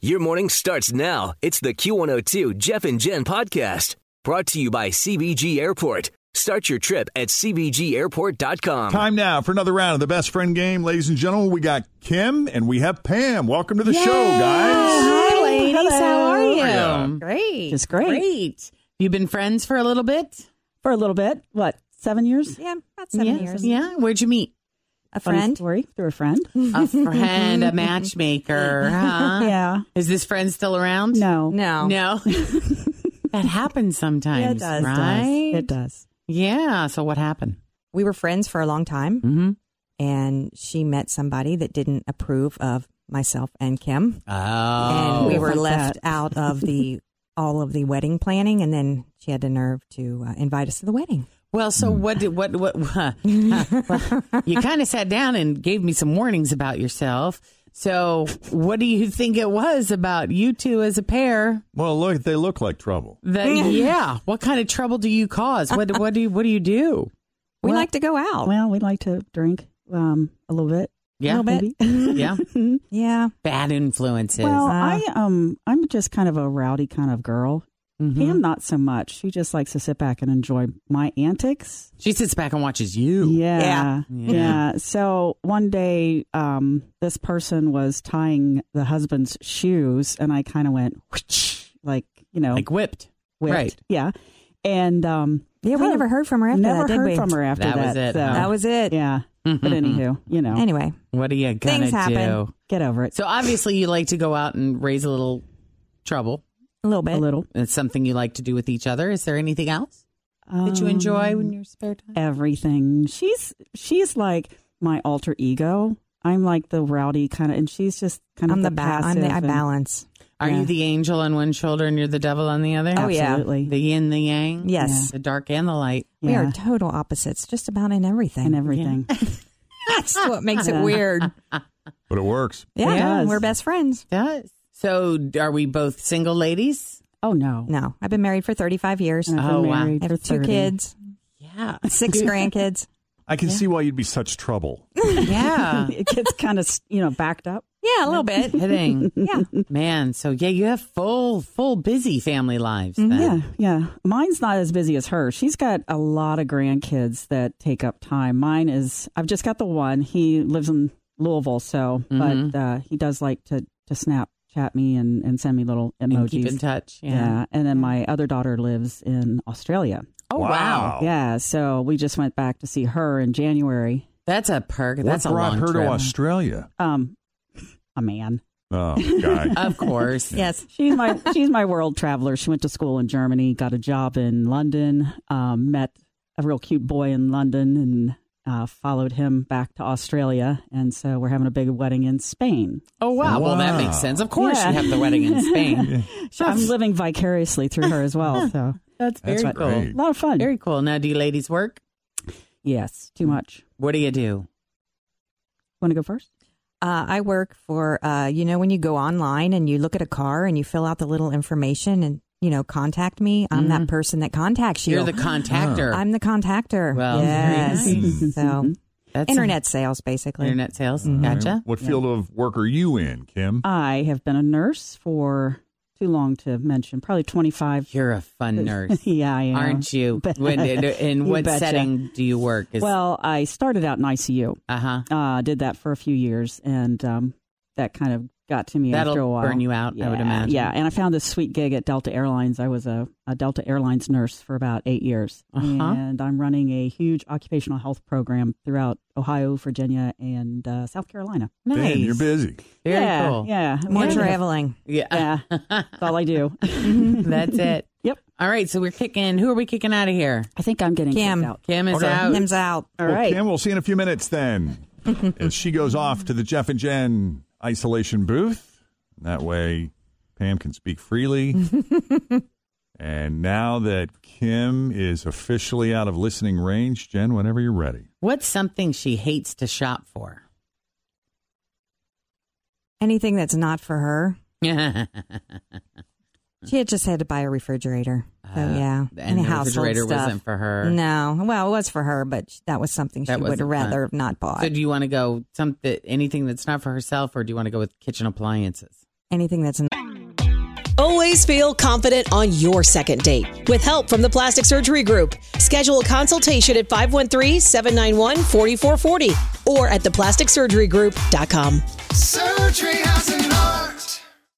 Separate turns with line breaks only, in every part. Your morning starts now. It's the Q102 Jeff and Jen podcast brought to you by CBG Airport. Start your trip at CBGAirport.com.
Time now for another round of the best friend game, ladies and gentlemen. We got Kim and we have Pam. Welcome to the show, guys.
Hi, ladies. How are you?
Yeah.
Great.
Just great.
Great. You've been friends for a little bit?
for a little bit. What seven years?
Yeah, about seven
Yeah,
years.
Yeah. Where'd you meet?
A
Funny
friend. Uh-huh.
story through a friend.
A friend, a matchmaker. Huh?
yeah,
Is this friend still around?
no,
No.
No. that happens sometimes,
Yeah, it does.
It does.
right?
It does.
Yeah. So what happened?
We were friends for a long time,
Mm-hmm.
and she met somebody that didn't approve of myself and Kim,
Oh.
and we
Oh.
were
Fuck
left
that.
out of the all of the wedding planning. And then she had the nerve to uh, invite us to the wedding.
Well, so what did what what, you kind of sat down and gave me some warnings about yourself. So, what do you think it was about you two as a pair?
Well, look, they look like trouble.
That yeah, what kind of trouble do you cause? What what do you, what do you do?
We
Well-
like to go out.
Well, we like to drink um, a little bit.
Yeah,
Little bit.
maybe.
yeah,
yeah,
bad influences.
well,
Uh,
I um, I'm just kind of a rowdy kind of girl.
Mm-hmm.
Mm-hmm.
Pam, not so much. She just likes to sit back and enjoy my antics.
she sits back and watches you.
Yeah.
Yeah.
Yeah. So one day, um, this person was tying the husband's shoes, and I kind of went, whoosh, like, you know,
like whipped.
whipped.
right.
Yeah. And um,
yeah. We
Oh.
never heard from her after
never
that, did
heard
we?
from her after
That
that.
was it,
so-
huh?
That was it.
yeah. But anywho, you know,
Anyway,
What are you gonna
Things happen.
do?
get over it
So obviously, you like to go out and raise a little trouble.
a little bit.
a little.
It's something you like to do with each other. Is there anything else that you
Um,
enjoy in your spare time?
everything? She's she's like my alter ego. I'm like the rowdy kind of, and she's just kind of
I'm the,
the
ba- I'm
passive.
the I
and-
balance.
Are
Yeah.
you the angel on one shoulder and you're the devil on the other?
Oh, yeah.
Absolutely.
The yin, the yang.
Yes.
The dark and the light.
We are
Yeah.
total opposites, just about in everything.
and everything.
That's what makes it
Yeah.
weird.
But it works.
Yeah,
does.
we're best friends.
Does. So are we both single ladies?
Oh no,
No, I've been married for 35 years.
And I've
Oh,
been
wow.
married
I
for
have two
30.
kids,
Yeah.
six grandkids.
I can see why you'd be such trouble.
Yeah.
It gets kind of you know backed up.
Yeah, a little bit.
Hitting.
Yeah.
Man, so yeah, you have full, full busy family lives then.
Mm-hmm. Yeah, yeah. Mine's not as busy as her. She's got a lot of grandkids that take up time. Mine is I've just got the one. He lives in Louisville, so
Mm-hmm.
but uh, he does like to to snap chat me and and send me little emojis.
And keep in touch. Yeah.
yeah. and then my other daughter lives in Australia.
Oh wow.
Yeah, so we just went back to see her in January.
That's a perk.
What
That's a
brought
long
her
trip.
to Australia?
Um, a man.
Oh, God.
Of course.
Yes.
She's my she's my world traveler. She went to school in Germany, got a job in London, um, met a real cute boy in London, and uh, followed him back to Australia. And so we're having a big wedding in Spain.
Oh wow. Well that
Wow.
makes sense. Of course
Yeah.
you have the wedding in Spain.
So I'm living vicariously through her as well. So
That's very
That's
cool.
a
great.
lot of fun.
Very cool. Now do you ladies work?
Yes, too much.
What do you do?
Want to go first?
Uh, I work for, uh, you know, when you go online and you look at a car and you fill out the little information and, you know, contact me, I'm that person that contacts you.
You're the contactor.
I'm the contactor.
Well, very
yes.
nice.
So,
That's
internet sales, basically.
internet sales.
Mm-hmm.
Gotcha.
What field of work are you in, Kim?
I have been a nurse for too long to mention, probably 25.
You're a fun nurse,
yeah, I am.
aren't you?
But-
When, in
You
what
betcha.
setting do you work?
Well, I started out in ICU.
uh huh.
uh, did that for a few years and um, that kind of got to me
That'll
after a while.
burn you out, I would imagine.
Yeah, and I found this sweet gig at Delta Airlines. I was a, a Delta Airlines nurse for about eight years,
Uh-huh.
and I'm running a huge occupational health program throughout Ohio, Virginia, and uh, South Carolina.
Oh, Nice.
Damn, you're busy.
Very
yeah,
cool.
yeah,
More
Yeah.
traveling.
Yeah.
Yeah, that's all I do.
That's it.
Yep.
All right. So we're kicking. Who are we kicking out of here?
I think I'm getting
Kim.
kicked out.
Kim is out.
Kim's out.
All
well,
right.
Kim, we'll see you in a few minutes then. as she goes off to the Jeff and Jen isolation booth. That way, Pam can speak freely. and now that Kim is officially out of listening range, Jen, whenever you're ready.
What's something she hates to shop for?
Anything that's not for her.
Yeah.
She had just had to buy a refrigerator. So, yeah.
Uh, and
Any
the
household
refrigerator
stuff.
wasn't for her.
No. Well, it was for her, but sh- that was something
That
she would
wasn't
rather
fun.
have not bought.
So do you want to go something anything that's not for herself, or do you want to go with kitchen appliances?
Anything that's in
Always feel confident on your second date. With help from the Plastic Surgery Group, schedule a consultation at 513-791-4440 or at theplasticsurgerygroup.com.
Surgery has an art.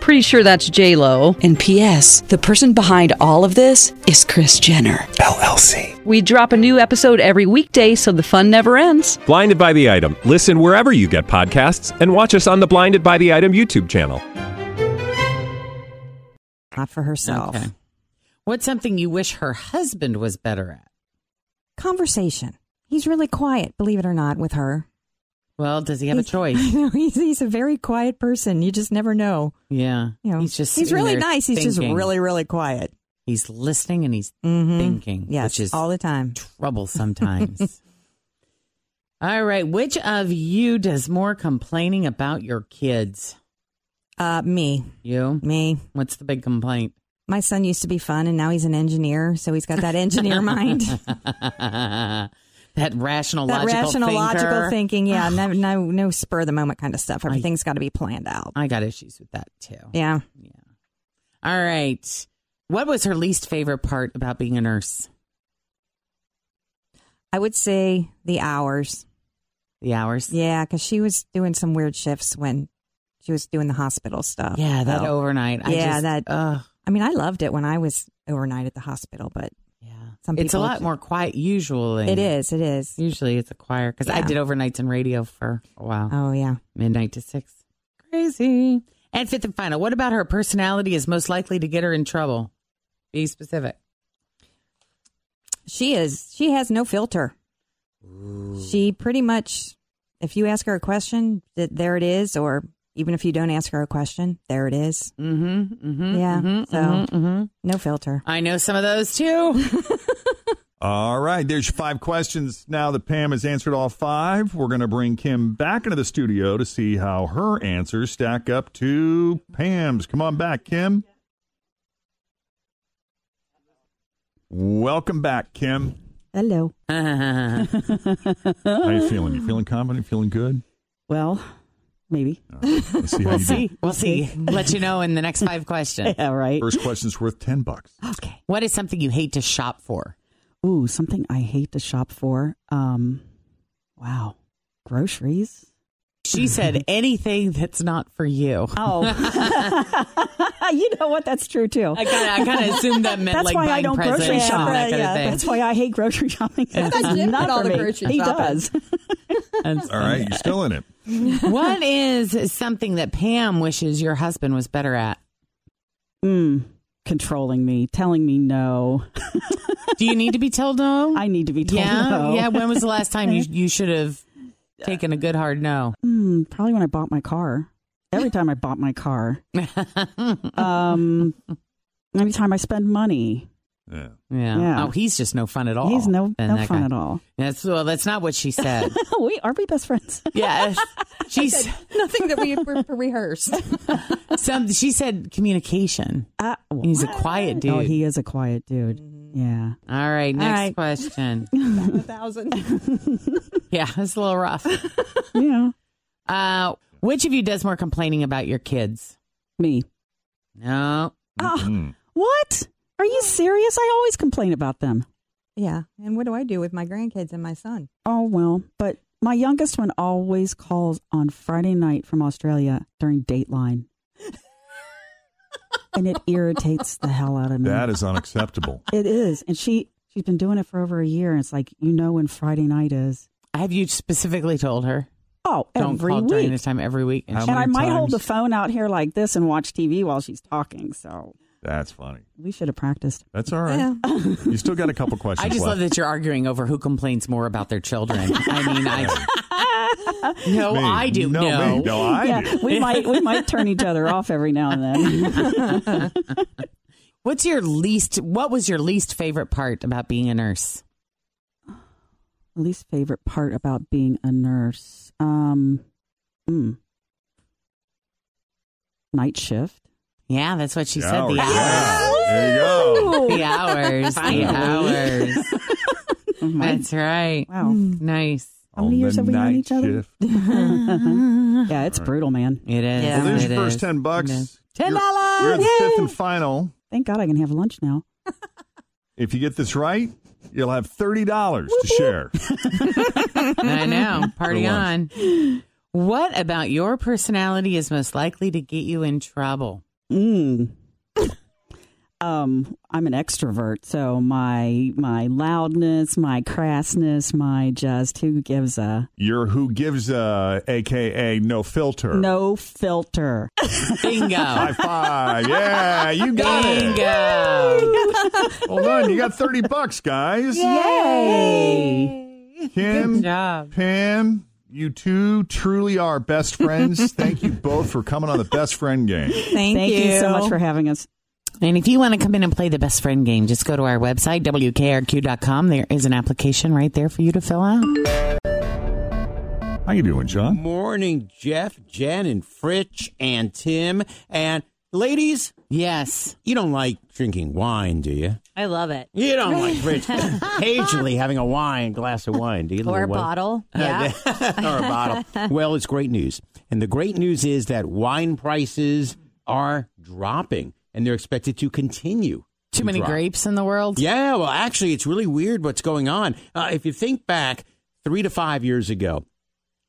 Pretty sure that's J Lo. Oh, And P.S. The person behind all of this is Chris Jenner
LLC.
We drop a new episode every weekday, so the fun never ends.
Blinded by the item. Listen wherever you get podcasts, and watch us on the Blinded by the Item YouTube channel.
not for herself.
Okay. What's something you wish her husband was better at?
Conversation. He's really quiet, believe it or not, with her.
Well, does he have a
He's-
choice?
he's, he's a very quiet person. You just never know.
Yeah.
You know,
he's just
he's
sitting
really
there
nice. He's just
thinking.
really, really quiet.
he's listening and he's
Mhm.
thinking,
Yes,
which is
all the time.
trouble sometimes. all right, which of you does more complaining about your kids?
Uh, me,
You?
me.
What's the big complaint?
My son used to be fun, and now he's an engineer, so he's got that engineer mind,
that rational,
that
logical,
rational,
thinker.
logical thinking. Yeah, no, no, no spur of the moment kind of stuff.
I- Oh.
Everything's got to be planned out.
I got issues with that too.
Yeah,
All right. What was her least favorite part about being a nurse?
I would say the hours.
The hours.
Yeah, because she was doing some weird shifts when she was doing the hospital stuff.
Yeah, that
So,
overnight. I
Oh. Yeah,
just,
that-
ugh,
I mean, I loved it when I was overnight at the hospital, but
yeah.
Some
it's a
people-
lot more quiet usually.
it is, it is.
Usually it's a choir because I
Yeah.
did overnights in radio for a while,
Oh yeah.
midnight to six. Crazy. And fifth and final, what about her personality is most likely to get her in trouble? Be specific.
She is. She has no filter. She pretty much, if you ask her a question, th- there it is. Or even if you don't ask her a question, there it is.
Mm-hmm. Mm-hmm.
Yeah,
Mm-hmm,
so-
hmm
No filter.
I know some of those too.
All right, there's your five questions. Now that Pam has answered all five, we're going to bring Kim back into the studio to see how her answers stack up to Pam's. Come on back, Kim. Welcome back, Kim.
Hello.
How you feeling? You feeling confident? Feeling good?
Well, maybe.
Let's see how you do.
We'll see. Let you know in the next five questions.
Yeah, right.
First question's worth ten bucks.
Okay.
What is something you hate to shop for?
Ooh, something I hate to shop for. Um, wow, groceries.
She said anything that's not for you.
Oh, you know what? That's true too.
I kind of, I kind of assumed that meant
that's
like
why
buying
I don't
presents
grocery
and
shop.
that kind
Yeah,
of thing.
that's why I hate grocery shopping. It's
Jim
not
did all
for
the
me.
grocery
He
shopping.
does.
That's
All right, you're still in it.
what is something that Pam wishes your husband was better at?
Mm, controlling me, telling me no.
Do you need to be told no?
I need to be told
yeah,
no.
yeah. When was the last time you you should have taken a good hard no?
Hmm, probably when I bought my car. Every time I bought my car. Um, anytime I spend money,
Yeah.
Yeah.
Yeah.
Oh, he's just no fun at all.
he's no
Then
no
Oh, that
fun
guy-
at all.
That's well. That's not what she said.
we are we best friends?
yes. She's
Nothing that we re- rehearsed.
some. She said communication.
Uh,
He's a quiet dude. Mm-hmm.
Oh, he is a quiet dude. Yeah.
All right. Next
right.
question.
A thousand.
Yeah, it's a little rough.
Yeah.
Uh, which of you does more complaining about your kids?
Me. Ah,
No.
Mm-hmm.
What? Are you serious? I always complain about them.
Yeah. And what do I do with my grandkids and my son?
Oh, well, but my youngest one always calls on Friday night from Australia during Dateline. and it irritates the hell out of me.
That is unacceptable.
It is. And she she's been doing it for over a year and it's like, you know when Friday night is.
Have you specifically told her?
Oh,
Don't
every
call during
week.
this time every week.
How
and I
many
might hold the
times?
phone out here like this and watch TV while she's talking. So
That's funny.
we should have practiced.
That's all right. You still got a couple questions
I just love
left.
that you're arguing over who complains more about their children. I mean, I. no,
Me.
I do.
No,
No.
me. No, I
yeah,
do.
we might we might turn each other off every now and then.
What's your least? What was your least favorite part about being a nurse?
least favorite part about being a nurse um mm. night shift
Yeah, that's what she
The
said.
hours,
The
Oh, yeah. There you go.
hours. The hours. The hours. That's right. Mm.
wow
Nice.
How many
On
years
the
have we known
night
each other?
shift.
yeah it's brutal man
It is.
Yeah.
Well, there's your
It
first
is.
ten bucks.
It is.
You're- You're, at the fifth and final.
thank god i can have lunch now
If you get this right, you'll have thirty dollars to share.
I know. Party
Good
on. What about your personality is most likely to get you in trouble?
mm. um i'm an extrovert so my my loudness my crassness my just who gives a
You're who gives uh, a, aka no filter.
no filter
High
Bingo.
five. Yeah, you got it.
Bingo.
Hold on, you got thirty bucks, guys.
yay
Kim,
Good job.
Pam, you two truly are best friends. Thank you both for coming on the best friend game.
Thank,
thank
you.
you so much for having us
And if you want to come in and play the best friend game, just go to our website, wkrq.com. There is an application right there for you to fill out.
How you doing, John?
Morning, Jeff, Jen, and Fritch, and Tim. And ladies,
Yes.
you don't like drinking wine, do you?
I love it.
You don't like Fritch occasionally having a wine, glass of wine, do
Or a
you? Little Uh, wine-
bottle. Yeah.
or a bottle. Well, it's great news. And the great news is that wine prices are dropping and they're expected to continue.
Too
to
many
drop.
grapes in the world?
Yeah, well, actually, it's really weird what's going on. Uh, if you think back three to five years ago,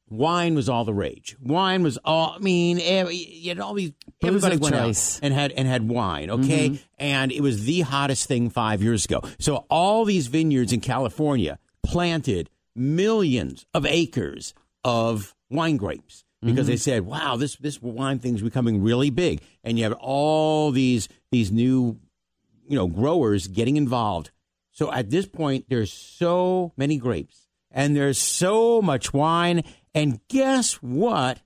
wine was all the rage. Wine was all. I mean, every, you had all these.
Booze
Everybody
of
went
choice.
out and had and had wine. Okay, and it was the hottest thing five years ago. So all these vineyards in California planted millions of acres of wine grapes
Mm-hmm.
because they said, "Wow, this this wine thing's becoming really big," and you have all these these new you know growers getting involved. So at this point, there's so many grapes and there's so much wine. And guess what?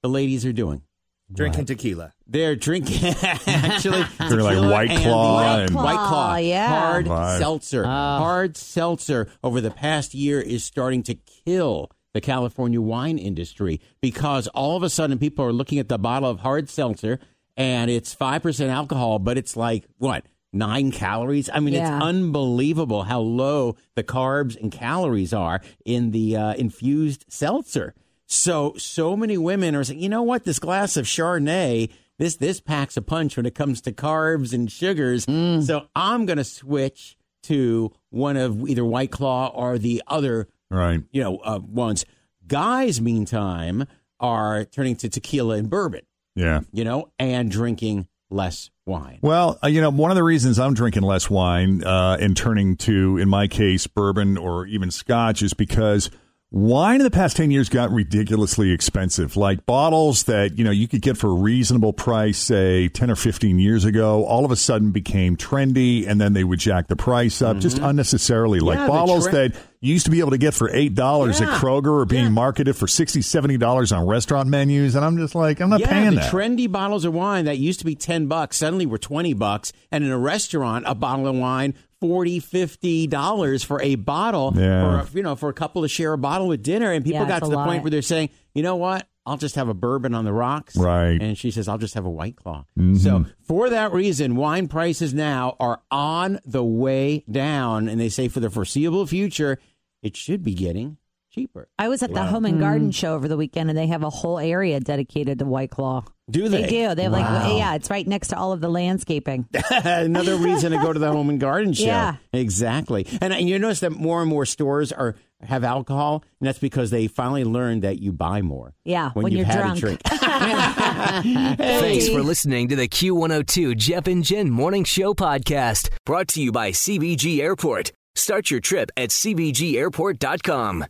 The ladies are doing.
Drinking tequila.
They're drinking actually
They're like
tequila
White
and
Claw
White
and-
Claw, White Claw,
yeah.
hard
Right.
seltzer. hard seltzer over the past year is starting to kill the California wine industry because all of a sudden people are looking at the bottle of hard seltzer and it's 5% alcohol, but it's like what? 9 calories. I mean,
Yeah.
it's unbelievable how low the carbs and calories are in the uh, infused seltzer. So so many women are saying, you know what, this glass of Chardonnay, this this packs a punch when it comes to carbs and sugars. So I'm going to switch to one of either White Claw or the other,
Right.
you know, uh, ones. Guys, meantime, are turning to tequila and bourbon,
Yeah.
you know, and drinking less wine.
Well, uh, you know, one of the reasons I'm drinking less wine uh, and turning to, in my case, bourbon or even scotch is because wine in the past 10 years got ridiculously expensive. Like bottles that, you know, you could get for a reasonable price, say 10 or 15 years ago, all of a sudden became trendy and then they would jack the price up just unnecessarily. Like
Mm-hmm. Yeah, the
bottles
tre-
that you used to be able to get for $8
Yeah.
at Kroger are being
Yeah.
marketed for $60, $70 on restaurant menus. And I'm just like, I'm not
yeah,
paying
the
that.
trendy bottles of wine that used to be 10 bucks suddenly were 20 bucks and in a restaurant a bottle of wine 40 50 dollars for a bottle
Yeah.
for a, you know for a couple to share a bottle with dinner and people
Yeah,
got
it's
to
a
the
lot.
point where they're saying you know what I'll just have a bourbon on the rocks
Right. Mm-hmm.
and she says I'll just have a white claw so for that reason wine prices now are on the way down and they say for the foreseeable future it should be getting
cheaper.
I was at the
Wow.
Home and Garden Show over the weekend, and they have a whole area dedicated to White Claw.
Do they?
do. They have
Wow.
like, yeah, it's right next to all of the landscaping.
Another reason to go to the home and garden show.
Yeah.
Exactly. And, and you notice that more and more stores are have alcohol, and that's because they finally learned that you buy more.
Yeah,
When,
when
you've
you're
had
drunk.
a drink.
Thanks for listening to the Q102 Jeff and Jen Morning Show podcast brought to you by CBG Airport. Start your trip at CBGAirport.com.